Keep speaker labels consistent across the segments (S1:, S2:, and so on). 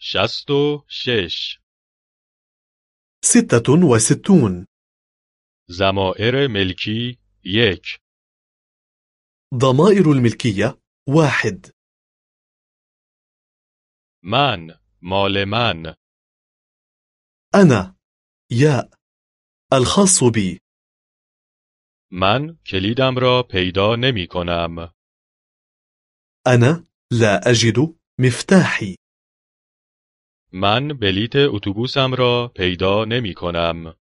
S1: شست و شش
S2: ستة وستون
S1: زمائر ملکی یک
S2: ضمائر الملكية واحد
S1: من مال من
S2: أنا ياء الخاص بي
S1: من کلیدم را پیدا نمی کنم.
S2: أنا لا أجد مفتاحي
S1: من بلیت اتوبوسم را پیدا نمی کنم.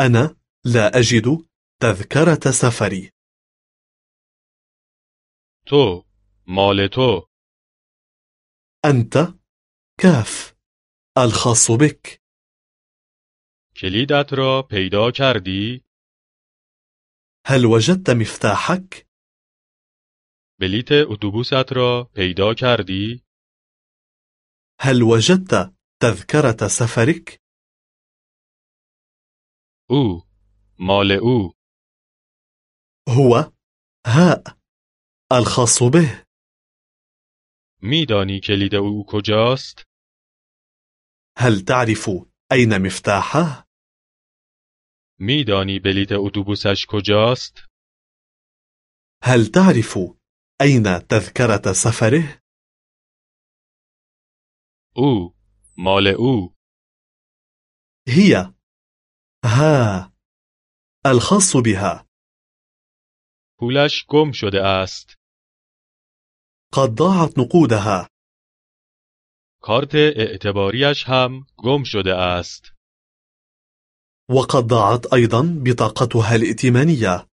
S2: أنا لا أجد تذكرة سفري
S1: تو مال تو
S2: أنت كاف الخاص بك
S1: کلیدت را پیدا کردی؟
S2: هل وجدت مفتاحك؟
S1: بلیت اتوبوست را پیدا کردی؟
S2: هل وجدت تذكرة سفرك؟
S1: او مال او
S2: هو هاء الخاص به
S1: میدانی کلید او کجاست؟
S2: هل تعرف أين مفتاحه؟
S1: میدانی بلیت اتوبوسش کجاست؟
S2: هل تعرف أين تذكرة سفره؟
S1: او مال او
S2: هي ها الخاص بها
S1: پولش گم شده است.
S2: قد ضاعت نقودها
S1: کارت اعتباریش هم گم شده است.
S2: وقد ضاعت أيضا بطاقتها الائتمانية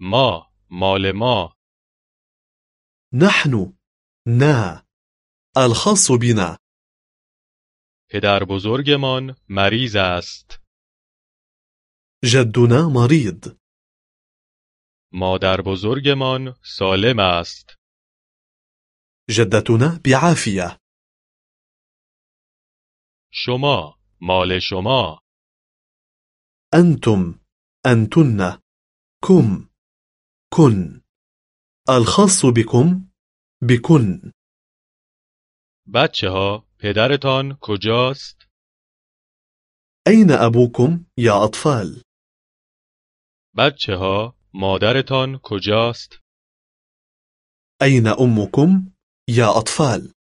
S1: ما مال ما
S2: نحن نا الخاص بنا
S1: پدر بزرگمان مریض است.
S2: جدنا مريض
S1: مادر بزرگمان سالم است.
S2: جدتنا بعافية
S1: شما مال شما
S2: أنتم أنتن كم كن الخاص بكم بكن
S1: بچه ها پدرتان کجاست؟
S2: أين أبوكم يا أطفال؟
S1: بچه ها مادرتان کجاست؟
S2: أين أمكم يا أطفال؟